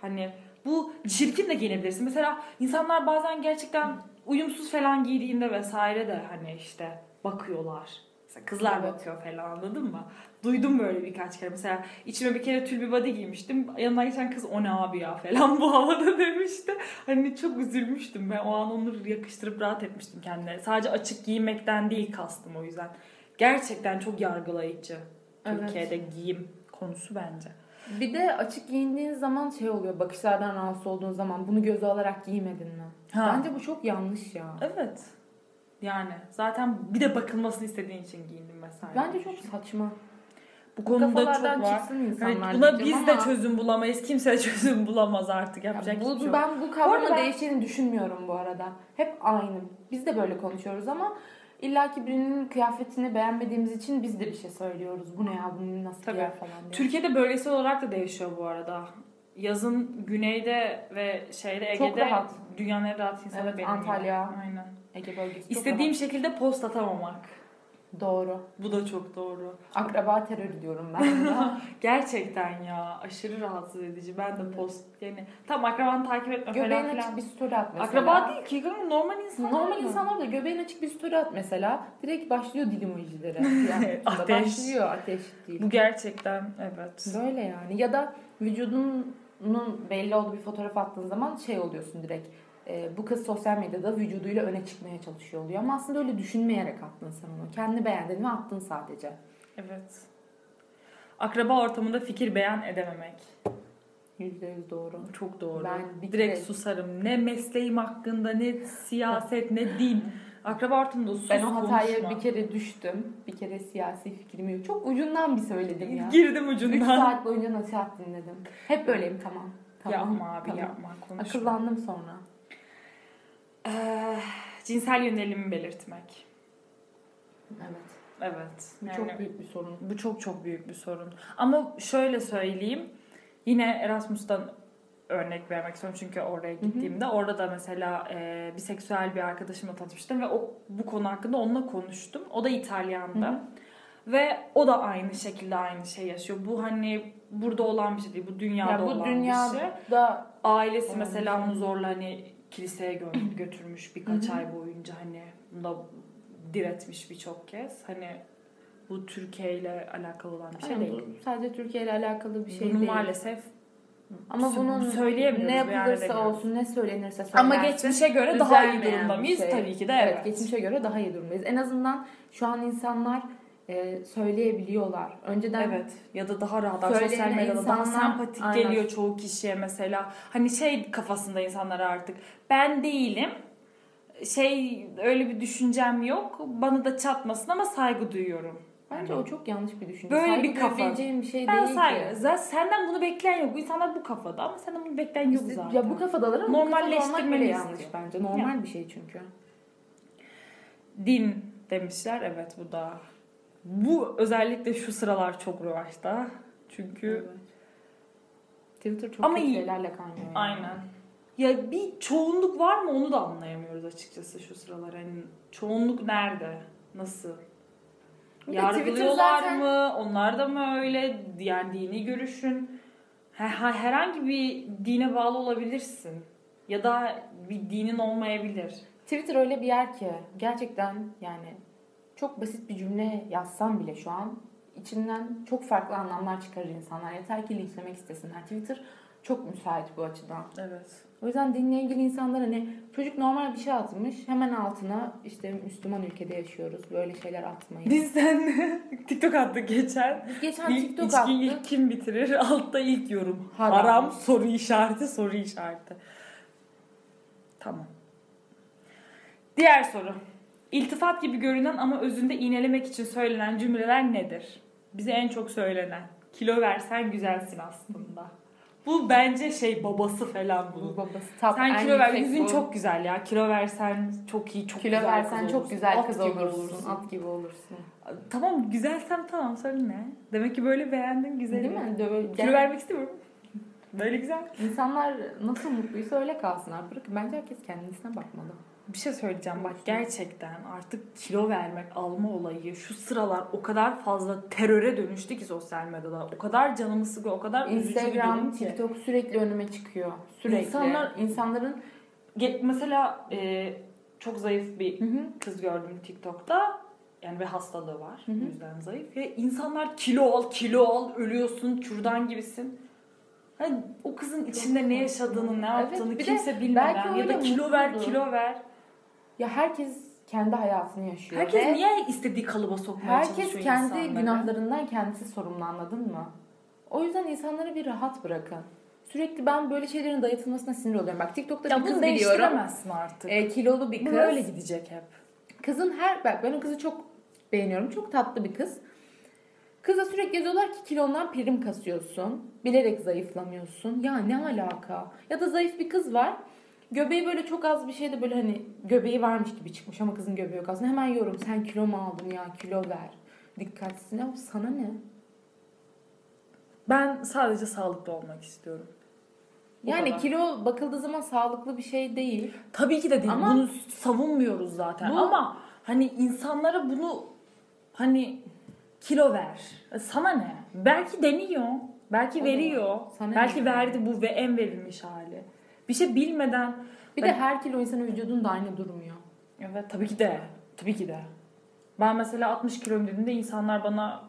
[SPEAKER 1] Hani bu çirkin de giyinebilirsin. Mesela insanlar bazen gerçekten uyumsuz falan giydiğinde vesaire de hani işte bakıyorlar. Mesela kızlar
[SPEAKER 2] Evet.
[SPEAKER 1] bakıyor falan anladın mı? Duydum böyle birkaç kere. Mesela içime bir kere tül bir body giymiştim. Yanına geçen kız o ne abi ya falan bu havada demişti. Hani çok üzülmüştüm ben. O an onu yakıştırıp rahat etmiştim kendime. Sadece açık giyinmekten değil kastım o yüzden. Gerçekten çok yargılayıcı.
[SPEAKER 2] Evet.
[SPEAKER 1] Türkiye'de giyim konusu bence.
[SPEAKER 2] Bir de açık giyindiğin zaman şey oluyor. Bakışlardan rahatsız olduğun zaman bunu göze alarak giymedin mi?
[SPEAKER 1] Ha.
[SPEAKER 2] Bence bu çok yanlış ya.
[SPEAKER 1] Evet. Yani zaten bir de bakılmasını istediğin için giyindim vesaire.
[SPEAKER 2] Bence çok saçma.
[SPEAKER 1] bu konuda çok
[SPEAKER 2] Kafalardan
[SPEAKER 1] var.
[SPEAKER 2] çıksın
[SPEAKER 1] Evet,
[SPEAKER 2] insanlar
[SPEAKER 1] buna biz
[SPEAKER 2] diyeceğim
[SPEAKER 1] de
[SPEAKER 2] ama-
[SPEAKER 1] çözüm bulamayız. Kimse çözüm bulamaz artık.
[SPEAKER 2] Ya
[SPEAKER 1] Yapacak hiçbir
[SPEAKER 2] bu,
[SPEAKER 1] şey yok.
[SPEAKER 2] ben bu kavramın
[SPEAKER 1] Bu arada ben-
[SPEAKER 2] değişeceğini düşünmüyorum bu arada. Hep aynı. Biz de böyle konuşuyoruz ama illa ki birinin kıyafetini beğenmediğimiz için biz de bir şey söylüyoruz. Bu ne ya bunun nasıl
[SPEAKER 1] Tabii.
[SPEAKER 2] giyer falan diye.
[SPEAKER 1] Türkiye'de bölgesel olarak da değişiyor bu arada. Yazın güneyde ve şeyde Ege'de
[SPEAKER 2] Çok rahat.
[SPEAKER 1] dünyanın en rahat insanı
[SPEAKER 2] Evet,
[SPEAKER 1] benim.
[SPEAKER 2] Antalya.
[SPEAKER 1] gibi. Aynen.
[SPEAKER 2] Ege bölgesi çok
[SPEAKER 1] İstediğim şekilde post atamamak.
[SPEAKER 2] rahat. Doğru.
[SPEAKER 1] Bu da çok doğru.
[SPEAKER 2] Akraba terörü diyorum ben buna.
[SPEAKER 1] Gerçekten ya aşırı rahatsız edici. Ben de post yani tam akrabanı takip etme falan
[SPEAKER 2] Göbeğin
[SPEAKER 1] filan.
[SPEAKER 2] açık bir story at mesela.
[SPEAKER 1] Akraba değil ki kanka, normal insan.
[SPEAKER 2] Normal insanlar da göbeğin açık bir story at mesela. Direkt başlıyor dil emojilere. Yani
[SPEAKER 1] Ateş.
[SPEAKER 2] Başlıyor ateş değil.
[SPEAKER 1] Bu gerçekten evet.
[SPEAKER 2] Böyle yani. Ya da vücudunun belli olduğu bir fotoğraf attığın zaman şey oluyorsun direkt. e, bu kız sosyal medyada vücuduyla öne çıkmaya çalışıyor oluyor. Ama aslında öyle düşünmeyerek attın sen onu. Kendi beğendin ve attın sadece.
[SPEAKER 1] Evet. Akraba ortamında fikir beyan edememek.
[SPEAKER 2] %100 doğru.
[SPEAKER 1] Çok doğru.
[SPEAKER 2] Ben bir
[SPEAKER 1] Direkt
[SPEAKER 2] kere-
[SPEAKER 1] susarım. Ne mesleğim hakkında, ne siyaset, ne din. Akraba ortamında sus
[SPEAKER 2] Ben o hataya
[SPEAKER 1] konuşma.
[SPEAKER 2] bir kere düştüm. Bir kere siyasi fikrimi yok. Çok ucundan bir söyledim ya.
[SPEAKER 1] Girdim
[SPEAKER 2] 3
[SPEAKER 1] ucundan.
[SPEAKER 2] saat boyunca nasihat dinledim. Hep böyleyim tamam. tamam
[SPEAKER 1] yapma abi
[SPEAKER 2] tamam.
[SPEAKER 1] yapma konuşma.
[SPEAKER 2] Akıllandım sonra.
[SPEAKER 1] Eh, cinsel yönelimi belirtmek.
[SPEAKER 2] Evet.
[SPEAKER 1] Evet.
[SPEAKER 2] Bu
[SPEAKER 1] Yani
[SPEAKER 2] çok büyük bir sorun.
[SPEAKER 1] bu çok çok büyük bir sorun. Ama şöyle söyleyeyim. Yine Erasmus'tan örnek vermek istiyorum çünkü oraya gittiğimde orada da mesela e, biseksüel bir arkadaşımla tanışmıştım ve o bu konu hakkında onunla konuştum. O da İtalyan'da.
[SPEAKER 2] Hı hı.
[SPEAKER 1] Ve o da aynı şekilde aynı şey yaşıyor. Bu hani burada olan bir şey değil. Bu dünyada
[SPEAKER 2] Ya bu
[SPEAKER 1] olan bir şey.
[SPEAKER 2] dünyada
[SPEAKER 1] Ailesi
[SPEAKER 2] Olan
[SPEAKER 1] mesela
[SPEAKER 2] bir şey.
[SPEAKER 1] onu zorla hani kiliseye gö- götürmüş birkaç
[SPEAKER 2] Hı hı.
[SPEAKER 1] ay boyunca hani bunda diretmiş birçok kez. Hani bu Türkiye ile alakalı olan bir şey
[SPEAKER 2] Aynen,
[SPEAKER 1] değil.
[SPEAKER 2] hani bu sadece Türkiye ile alakalı bir şey
[SPEAKER 1] Bunu
[SPEAKER 2] değil.
[SPEAKER 1] maalesef
[SPEAKER 2] Ama
[SPEAKER 1] sö-
[SPEAKER 2] bunun
[SPEAKER 1] söyleyemiyoruz,
[SPEAKER 2] ne
[SPEAKER 1] beyan
[SPEAKER 2] yapılırsa
[SPEAKER 1] edemiyoruz.
[SPEAKER 2] olsun, ne söylenirse söylensin.
[SPEAKER 1] ama geçmişe göre daha iyi
[SPEAKER 2] düzelmeyen
[SPEAKER 1] durumda
[SPEAKER 2] bir
[SPEAKER 1] mıyız?
[SPEAKER 2] şey.
[SPEAKER 1] Tabii ki de
[SPEAKER 2] evet.
[SPEAKER 1] evet.
[SPEAKER 2] geçmişe göre daha iyi durumdayız. En azından şu an insanlar e, söyleyebiliyorlar. Önceden
[SPEAKER 1] Evet ya da daha rahat
[SPEAKER 2] Söyleyene
[SPEAKER 1] sosyal medyada daha
[SPEAKER 2] insanlar-
[SPEAKER 1] sempatik
[SPEAKER 2] Aynen.
[SPEAKER 1] geliyor çoğu kişiye mesela. Hani şey kafasında insanlar artık ben değilim şey öyle bir düşüncem yok bana da çatmasın ama saygı duyuyorum.
[SPEAKER 2] bence o çok yanlış bir düşünce.
[SPEAKER 1] Böyle
[SPEAKER 2] Saygı
[SPEAKER 1] bir kafa.
[SPEAKER 2] duyabileceğin bir şey
[SPEAKER 1] Ben
[SPEAKER 2] değil
[SPEAKER 1] saygı.
[SPEAKER 2] ki.
[SPEAKER 1] Zaten senden bunu bekleyen yok. Bu insanlar bu kafada ama senden bunu bekleyen yok
[SPEAKER 2] İşte-
[SPEAKER 1] zaten.
[SPEAKER 2] ya bu kafadalar ama
[SPEAKER 1] Normalleştirmeli
[SPEAKER 2] bu kafa normal bile
[SPEAKER 1] istiyor.
[SPEAKER 2] yanlış bence. Normal bir şey çünkü.
[SPEAKER 1] Din demişler evet bu da. Bu özellikle şu sıralar çok revaçta. Çünkü
[SPEAKER 2] Evet. Twitter çok
[SPEAKER 1] Ama
[SPEAKER 2] kötü
[SPEAKER 1] iyi.
[SPEAKER 2] şeylerle kaynıyor. yani.
[SPEAKER 1] Aynen. Ya bir çoğunluk var mı onu da anlayamıyoruz açıkçası şu sıralar. Hani çoğunluk nerede? Nasıl?
[SPEAKER 2] Bir de Twitter
[SPEAKER 1] Yargılıyorlar
[SPEAKER 2] zaten-
[SPEAKER 1] mı? Onlar da mı öyle? Yani dini görüşün. He- he- Herhangi bir dine bağlı olabilirsin. Ya da bir dinin olmayabilir.
[SPEAKER 2] Twitter öyle bir yer ki gerçekten yani çok basit bir cümle yazsam bile şu an içinden çok farklı anlamlar çıkarır insanlar. Yeter ki linçlemek istesinler. Twitter çok müsait bu açıdan.
[SPEAKER 1] Evet.
[SPEAKER 2] O yüzden dinle ilgili insanlar hani çocuk normal bir şey atmış hemen altına işte Müslüman ülkede yaşıyoruz böyle şeyler atmayın. Biz,
[SPEAKER 1] Biz seninle TikTok attık geçen.
[SPEAKER 2] geçen
[SPEAKER 1] İlk
[SPEAKER 2] TikTok
[SPEAKER 1] içkiyi
[SPEAKER 2] attık.
[SPEAKER 1] ilk kim bitirir? Altta ilk yorum.
[SPEAKER 2] Haram.
[SPEAKER 1] Haram soru işareti soru işareti. Tamam. Diğer soru. İltifat gibi görünen ama özünde iğnelemek için söylenen cümleler nedir? Bize en çok söylenen. Kilo versen güzelsin aslında. Bu bence şey babası falan bunun.
[SPEAKER 2] Bu babası tap en
[SPEAKER 1] Sen kilo ver.
[SPEAKER 2] yüksek
[SPEAKER 1] Yüzün
[SPEAKER 2] bu.
[SPEAKER 1] çok güzel ya. Kilo versen çok iyi, çok
[SPEAKER 2] kilo
[SPEAKER 1] güzel
[SPEAKER 2] versen
[SPEAKER 1] kız
[SPEAKER 2] çok
[SPEAKER 1] olursun.
[SPEAKER 2] güzel
[SPEAKER 1] At
[SPEAKER 2] kız
[SPEAKER 1] gibi
[SPEAKER 2] olursun. At gibi olursun.
[SPEAKER 1] Tamam güzelsem tamam sorun ne? Demek ki böyle beğendim güzelim.
[SPEAKER 2] Değil mi? Dö-
[SPEAKER 1] Kilo vermek istemiyorum. Böyle güzel.
[SPEAKER 2] İnsanlar nasıl mutluysa öyle kalsınlar. Bırakın bence herkes kendisine bakmalı.
[SPEAKER 1] Bir şey söyleyeceğim bak gerçekten artık kilo vermek alma olayı şu sıralar o kadar fazla teröre dönüştü ki sosyal medyada. O kadar canımı sıkıyor, o kadar üzücü
[SPEAKER 2] Instagram,
[SPEAKER 1] bir durum ki.
[SPEAKER 2] TikTok sürekli önüme çıkıyor. Sürekli.
[SPEAKER 1] İnsanlar-
[SPEAKER 2] insanların
[SPEAKER 1] Ge- Mesela e, çok zayıf bir
[SPEAKER 2] hı hı,
[SPEAKER 1] kız gördüm TikTok'ta. Yani ve hastalığı var.
[SPEAKER 2] Hı hı.
[SPEAKER 1] O yüzden zayıf. Ve insanlar kilo al, kilo al, ölüyorsun, kürdan gibisin. Hani o kızın içinde ne
[SPEAKER 2] saçma.
[SPEAKER 1] yaşadığını, ne
[SPEAKER 2] Evet,
[SPEAKER 1] yaptığını
[SPEAKER 2] bir de
[SPEAKER 1] kimse
[SPEAKER 2] belki
[SPEAKER 1] bilmeden ya
[SPEAKER 2] öyle
[SPEAKER 1] da kilo ver,
[SPEAKER 2] mutludur.
[SPEAKER 1] kilo ver.
[SPEAKER 2] ya herkes kendi hayatını yaşıyor.
[SPEAKER 1] Herkes
[SPEAKER 2] ve
[SPEAKER 1] niye istediği kalıba sokmaya
[SPEAKER 2] herkes
[SPEAKER 1] çalışıyor
[SPEAKER 2] kendi
[SPEAKER 1] insanları?
[SPEAKER 2] günahlarından kendisi sorumlu anladın mı? O yüzden insanları bir rahat bırakın. Sürekli ben böyle şeylerin dayatılmasına sinir oluyorum. Bak TikTok'ta
[SPEAKER 1] Ya
[SPEAKER 2] bir kız
[SPEAKER 1] bunu
[SPEAKER 2] biliyorum.
[SPEAKER 1] değiştiremezsin artık.
[SPEAKER 2] E, kilolu bir
[SPEAKER 1] bu
[SPEAKER 2] kız.
[SPEAKER 1] böyle gidecek hep.
[SPEAKER 2] Kızın her bak ben o kızı çok beğeniyorum. Çok tatlı bir kız. Kıza sürekli yazıyorlar ki kilondan prim kasıyorsun. Bilerek zayıflamıyorsun. Ya ne alaka? Ya da zayıf bir kız var. Göbeği böyle çok az bir şeyde böyle hani göbeği varmış gibi çıkmış ama kızın göbeği yok aslında. Hemen yorum sen kilo mu aldın ya kilo ver. Dikkatsizsin. Ya sana ne?
[SPEAKER 1] Ben sadece sağlıklı olmak istiyorum. Bu
[SPEAKER 2] Yani
[SPEAKER 1] kadar.
[SPEAKER 2] kilo bakıldığı zaman sağlıklı bir şey değil.
[SPEAKER 1] Tabii ki de değil.
[SPEAKER 2] Ama-
[SPEAKER 1] bunu savunmuyoruz zaten.
[SPEAKER 2] Bu-
[SPEAKER 1] Ama hani insanlara bunu hani kilo ver. Sana ne? Belki deniyor. Belki
[SPEAKER 2] Sana-
[SPEAKER 1] veriyor.
[SPEAKER 2] sana
[SPEAKER 1] belki
[SPEAKER 2] ne?
[SPEAKER 1] verdi bu ve en verilmiş hali. Bir şey bilmeden.
[SPEAKER 2] Bir de
[SPEAKER 1] Ben-
[SPEAKER 2] her kilo insanın vücudunda aynı durmuyor.
[SPEAKER 1] Evet tabii ki de. Tabii ki de. Ben mesela 60 kiloyum dediğimde insanlar bana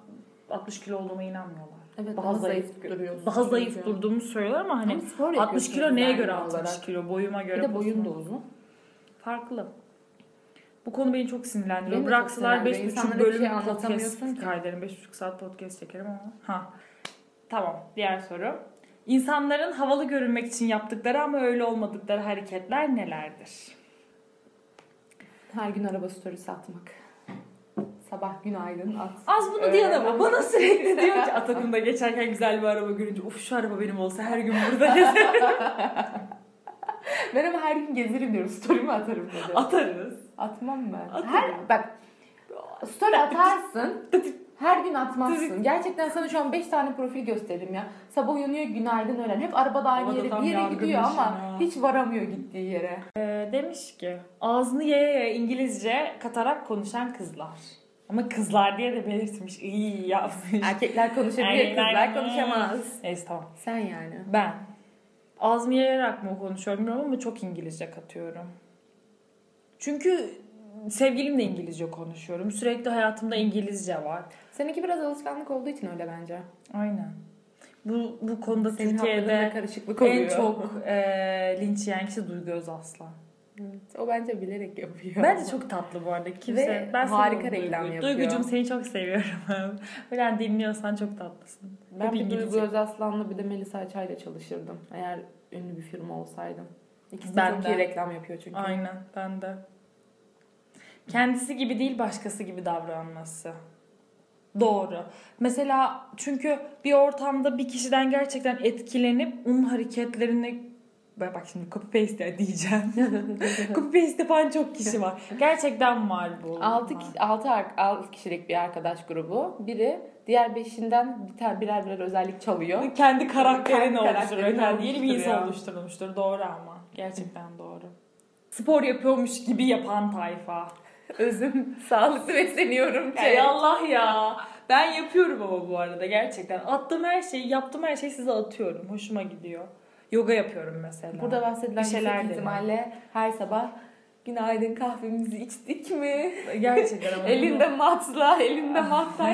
[SPEAKER 1] 60 kilo olduğuma inanmıyorlar.
[SPEAKER 2] Evet
[SPEAKER 1] Daha
[SPEAKER 2] daha,
[SPEAKER 1] zayıf
[SPEAKER 2] zayıf, duruyorsun.
[SPEAKER 1] Daha zayıf
[SPEAKER 2] çünkü.
[SPEAKER 1] durduğumu söylüyorlar ama
[SPEAKER 2] Ama
[SPEAKER 1] hani
[SPEAKER 2] spor
[SPEAKER 1] 60 kilo
[SPEAKER 2] yapıyorsun
[SPEAKER 1] neye
[SPEAKER 2] düzenli
[SPEAKER 1] göre 60
[SPEAKER 2] olarak.
[SPEAKER 1] kilo? Boyuma göre.
[SPEAKER 2] Bir de boyun da
[SPEAKER 1] posuma-
[SPEAKER 2] uzun.
[SPEAKER 1] Farklı. Bu konu beni çok sinirlendiriyor.
[SPEAKER 2] Beni de
[SPEAKER 1] Bıraksalar
[SPEAKER 2] çok sinirlendiriyor.
[SPEAKER 1] 5,5
[SPEAKER 2] İnsanlara
[SPEAKER 1] bölüm
[SPEAKER 2] bir şey anlatamıyorsun
[SPEAKER 1] podcast
[SPEAKER 2] ki.
[SPEAKER 1] kaydederim. 5,5 saat podcast çekerim ama. Ha. Tamam. Diğer soru. İnsanların havalı görünmek için yaptıkları ama öyle olmadıkları hareketler nelerdir?
[SPEAKER 2] Her gün araba storiesi atmak. Sabah günaydın at.
[SPEAKER 1] Az bunu
[SPEAKER 2] Öyle.
[SPEAKER 1] diyen ama bana sürekli diyor ki Atakum'da geçerken güzel bir araba görünce of şu araba benim olsa her gün burada gezerim."
[SPEAKER 2] Ben ama her gün gezerim diyorum. Story'mi atarım dedi.
[SPEAKER 1] atarız.
[SPEAKER 2] Atmam ben.
[SPEAKER 1] Atarım.
[SPEAKER 2] Her, bak story atarsın. Her gün atmazsın. Gerçekten sana şu an 5 tane profil gösteririm ya. Sabah uyanıyor günaydın öğlen. Hep arabada aynı
[SPEAKER 1] Havada
[SPEAKER 2] yere
[SPEAKER 1] tam
[SPEAKER 2] bir yere
[SPEAKER 1] yargı
[SPEAKER 2] gidiyor
[SPEAKER 1] dışı
[SPEAKER 2] ama
[SPEAKER 1] ya.
[SPEAKER 2] hiç varamıyor gittiği yere.
[SPEAKER 1] Ee, demiş ki ağzını yaya yaya İngilizce katarak konuşan kızlar. Ama kızlar diye de belirtmiş. İyi yapmış.
[SPEAKER 2] Erkekler konuşabilir,
[SPEAKER 1] Erkekler-
[SPEAKER 2] kızlar konuşamaz.
[SPEAKER 1] Neyse tamam.
[SPEAKER 2] Sen yani.
[SPEAKER 1] Ben ağzımı yayarak mı konuşuyorum bilmiyorum ama çok İngilizce katıyorum. Çünkü sevgilimle İngilizce konuşuyorum. Sürekli hayatımda İngilizce var.
[SPEAKER 2] Seninki biraz alışkanlık olduğu için öyle bence.
[SPEAKER 1] Aynen. Bu, bu konuda
[SPEAKER 2] Senin
[SPEAKER 1] Türkiye'de
[SPEAKER 2] haklarında karışıklık oluyor.
[SPEAKER 1] en çok e, linç yiyen kişi Duygu Özaslan.
[SPEAKER 2] Evet, o bence bilerek yapıyor.
[SPEAKER 1] Bence çok tatlı bu arada. Kimse,
[SPEAKER 2] Ve
[SPEAKER 1] ben
[SPEAKER 2] harika
[SPEAKER 1] seviyorum Duygu'yu.
[SPEAKER 2] reklam yapıyor.
[SPEAKER 1] Duygucuğum seni çok seviyorum. Ulan dinliyorsan çok tatlısın.
[SPEAKER 2] ben
[SPEAKER 1] Hep
[SPEAKER 2] bir
[SPEAKER 1] İngilizce.
[SPEAKER 2] Duygu Özaslan'la bir de Melisa Açay'la çalışırdım. Eğer ünlü bir firma olsaydım. İkisi de
[SPEAKER 1] Ben
[SPEAKER 2] çok
[SPEAKER 1] de.
[SPEAKER 2] iyi reklam yapıyor çünkü.
[SPEAKER 1] Aynen ben de. Kendisi gibi değil başkası gibi davranması. Doğru. Mesela çünkü bir ortamda bir kişiden gerçekten etkilenip onun hareketlerini Bak bak şimdi copy paste ya diyeceğim. copy paste yapan çok kişi var. Gerçekten var bu.
[SPEAKER 2] 6 6 6 kişilik bir arkadaş grubu. Biri diğer beşinden bir tane birer birer özellik çalıyor.
[SPEAKER 1] kendi karakterini
[SPEAKER 2] Kendi
[SPEAKER 1] oluşturuyor.
[SPEAKER 2] karakterini
[SPEAKER 1] Kendi yeni bir
[SPEAKER 2] oluşturuyor.
[SPEAKER 1] insan oluşturulmuştur. Doğru ama. Gerçekten doğru. Spor yapıyormuş gibi yapan tayfa.
[SPEAKER 2] Özüm sağlıklı besleniyorum. Şey,
[SPEAKER 1] Ey Allah ya. Ben yapıyorum ama bu arada gerçekten. Attığım her şeyi, yaptığım her şeyi size atıyorum. Hoşuma gidiyor. Yoga yapıyorum mesela.
[SPEAKER 2] Burada bahsedilen
[SPEAKER 1] Bir şeyler
[SPEAKER 2] yüksek
[SPEAKER 1] deniyor.
[SPEAKER 2] ihtimalle her sabah Günaydın kahvemizi içtik mi?
[SPEAKER 1] Gerçekten ama.
[SPEAKER 2] elinde matla, elinde
[SPEAKER 1] Ah.
[SPEAKER 2] matla.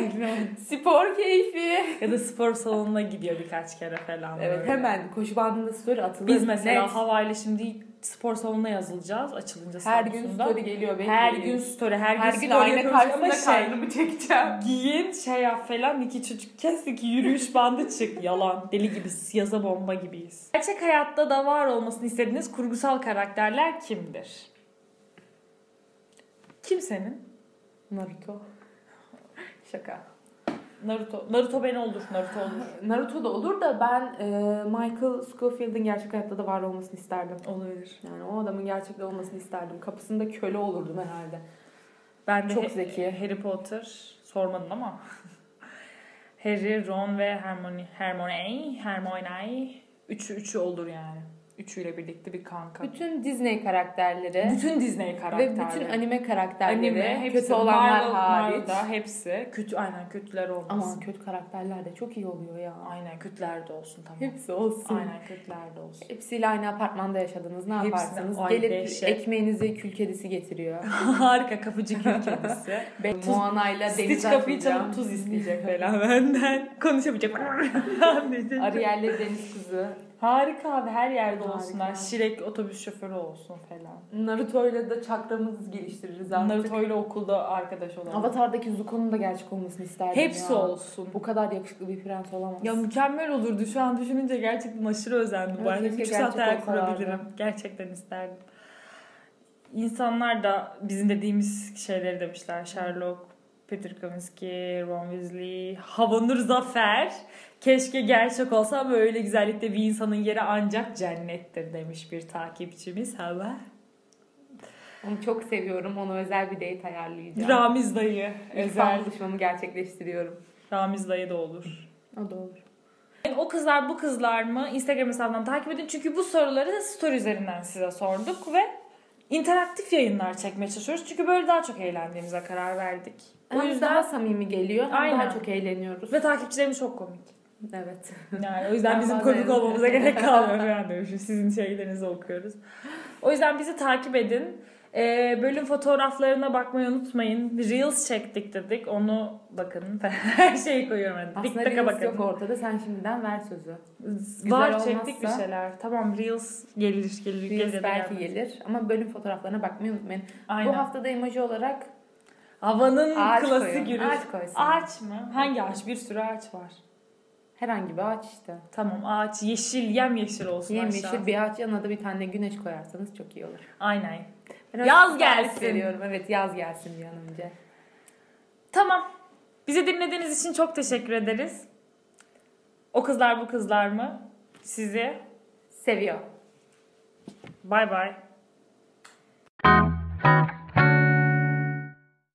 [SPEAKER 2] Spor keyfi.
[SPEAKER 1] ya da spor salonuna gidiyor birkaç kere falan.
[SPEAKER 2] Evet
[SPEAKER 1] böyle.
[SPEAKER 2] hemen koşu bandında story atılır.
[SPEAKER 1] Biz mesela
[SPEAKER 2] Net.
[SPEAKER 1] havayla şimdi spor salonuna yazılacağız açılınca
[SPEAKER 2] her gün
[SPEAKER 1] Samsun'da.
[SPEAKER 2] story geliyor.
[SPEAKER 1] her
[SPEAKER 2] bekleyin.
[SPEAKER 1] gün story her,
[SPEAKER 2] her
[SPEAKER 1] gün,
[SPEAKER 2] gün
[SPEAKER 1] story
[SPEAKER 2] ayna
[SPEAKER 1] yapıyoruz ama
[SPEAKER 2] karşısında
[SPEAKER 1] şey
[SPEAKER 2] karnımı çekeceğim.
[SPEAKER 1] giyin şey yap falan iki çocuk kesik yürüyüş bandı çık yalan deli gibi yaza bomba gibiyiz. Gerçek hayatta da var olmasını istediğiniz kurgusal karakterler kimdir? Kimsenin?
[SPEAKER 2] Naruto. Şaka.
[SPEAKER 1] Naruto. Naruto ben olur. Naruto olur.
[SPEAKER 2] Naruto da olur da ben e, Michael Scofield'in gerçek hayatta da var olmasını isterdim.
[SPEAKER 1] Olabilir.
[SPEAKER 2] Yani o adamın gerçekte olmasını isterdim. Kapısında köle olurdum herhalde.
[SPEAKER 1] Ben de
[SPEAKER 2] Çok
[SPEAKER 1] He-
[SPEAKER 2] zeki.
[SPEAKER 1] Harry Potter sormadın ama. Harry, Ron ve Hermione. Hermione. Hermione. Üçü, üçü olur yani. Üçüyle birlikte bir kanka. Bütün,
[SPEAKER 2] Bütün Disney karakterleri
[SPEAKER 1] Disney
[SPEAKER 2] ve
[SPEAKER 1] karakterleri.
[SPEAKER 2] bütün anime karakterleri,
[SPEAKER 1] anime
[SPEAKER 2] kötü olanlar
[SPEAKER 1] Marvel,
[SPEAKER 2] hariç.
[SPEAKER 1] Marvel'da hepsi kötü aynen kötüler
[SPEAKER 2] Ama
[SPEAKER 1] olmasın.
[SPEAKER 2] kötü karakterler de çok iyi oluyor ya.
[SPEAKER 1] Aynen kötüler de olsun tamam.
[SPEAKER 2] Hepsi olsun.
[SPEAKER 1] Aynen kötüler de olsun.
[SPEAKER 2] Hepsiyle aynı apartmanda yaşadınız. Ne
[SPEAKER 1] Hepsine şey.
[SPEAKER 2] yaparsınız?
[SPEAKER 1] ay
[SPEAKER 2] Gelip
[SPEAKER 1] dehşet.
[SPEAKER 2] ekmeğinizi kül kedisi getiriyor.
[SPEAKER 1] Harika kapıcı kül kedisi.
[SPEAKER 2] Ben
[SPEAKER 1] Tuz-
[SPEAKER 2] Moana'yla
[SPEAKER 1] Stitch
[SPEAKER 2] denize
[SPEAKER 1] kapıyı
[SPEAKER 2] atacağım.
[SPEAKER 1] çalıp tuz isteyecek falan benden. Konuşamayacak. diyecek.
[SPEAKER 2] Ariel'le deniz kuzu.
[SPEAKER 1] Harika abi her yerde
[SPEAKER 2] Harika.
[SPEAKER 1] olsunlar. Şirek otobüs şoförü olsun falan.
[SPEAKER 2] Naruto'yla da çakramızı geliştiririz artık.
[SPEAKER 1] Naruto ile okulda arkadaş olalım.
[SPEAKER 2] Avatar'daki Zuko'nun da gerçek olmasını isterdim
[SPEAKER 1] Hepsi
[SPEAKER 2] ya.
[SPEAKER 1] olsun.
[SPEAKER 2] Bu kadar yakışıklı bir prens olamaz.
[SPEAKER 1] Ya mükemmel olurdu. Şu an düşününce gerçekten aşırı özendim. Bu
[SPEAKER 2] Evet,
[SPEAKER 1] arada
[SPEAKER 2] keşke
[SPEAKER 1] 3 saat
[SPEAKER 2] gerçek
[SPEAKER 1] hayal
[SPEAKER 2] olsalardı.
[SPEAKER 1] kurabilirim. Gerçekten isterdim. İnsanlar da bizim dediğimiz şeyleri demişler. Sherlock, Peter Kavinsky, Ron Weasley, Havanur Zafer. Keşke gerçek olsa ama öyle güzellikte bir insanın yeri ancak cennettir demiş bir takipçimiz. Hava.
[SPEAKER 2] Onu çok seviyorum. Ona özel bir date ayarlayacağım.
[SPEAKER 1] Ramiz dayı.
[SPEAKER 2] Özel
[SPEAKER 1] Özel.
[SPEAKER 2] buluşmamı gerçekleştiriyorum.
[SPEAKER 1] Ramiz dayı da olur.
[SPEAKER 2] O da olur.
[SPEAKER 1] Yani O kızlar bu kızlar mı? Instagram hesabından takip edin. Çünkü bu soruları story üzerinden size sorduk ve interaktif yayınlar çekmeye çalışıyoruz. Çünkü böyle daha çok eğlendiğimize karar verdik. O yüzden
[SPEAKER 2] daha samimi geliyor. hem
[SPEAKER 1] Aynen.
[SPEAKER 2] Daha çok eğleniyoruz.
[SPEAKER 1] ve takipçilerimiz çok komik.
[SPEAKER 2] Evet.
[SPEAKER 1] Yani o yüzden
[SPEAKER 2] Ben
[SPEAKER 1] bizim
[SPEAKER 2] bazen-
[SPEAKER 1] komik olmamıza gerek kalmıyor falan demişim. Sizin şeylerinizi okuyoruz. O yüzden bizi takip edin. Ee, bölüm fotoğraflarına bakmayı unutmayın. Reels çektik dedik. Onu bakın. Her şeyi koyuyorum. ben.
[SPEAKER 2] Aslında
[SPEAKER 1] TikTok'a
[SPEAKER 2] reels
[SPEAKER 1] bakın.
[SPEAKER 2] yok ortada. Sen şimdiden ver sözü.
[SPEAKER 1] Var
[SPEAKER 2] Güzel
[SPEAKER 1] çektik bir
[SPEAKER 2] olmazsa-
[SPEAKER 1] şeyler. Tamam Reels gelir gelir
[SPEAKER 2] Reels
[SPEAKER 1] gelir.
[SPEAKER 2] belki
[SPEAKER 1] gelmez.
[SPEAKER 2] gelir. Ama bölüm fotoğraflarına bakmayı unutmayın.
[SPEAKER 1] Aynen.
[SPEAKER 2] Bu haftada emoji olarak
[SPEAKER 1] Havanın
[SPEAKER 2] ağaç
[SPEAKER 1] klasik
[SPEAKER 2] koyun.
[SPEAKER 1] yürüyüş.
[SPEAKER 2] Ağaç koysun.
[SPEAKER 1] Ağaç mı? Hangi ağaç? Bir sürü ağaç var.
[SPEAKER 2] Herhangi bir ağaç işte.
[SPEAKER 1] Tamam ağaç yeşil yem yeşil olsun aşağı.
[SPEAKER 2] Yemyeşil bir ağaç yanına da bir tane güneş koyarsanız çok iyi olur.
[SPEAKER 1] Aynen.
[SPEAKER 2] Ben
[SPEAKER 1] Yaz
[SPEAKER 2] öyle bir tarif
[SPEAKER 1] gelsin.
[SPEAKER 2] Veriyorum. Evet yaz gelsin bir an önce.
[SPEAKER 1] Tamam. Bizi dinlediğiniz için çok teşekkür ederiz. O kızlar bu kızlar mı? Sizi
[SPEAKER 2] Seviyor.
[SPEAKER 1] bay bay.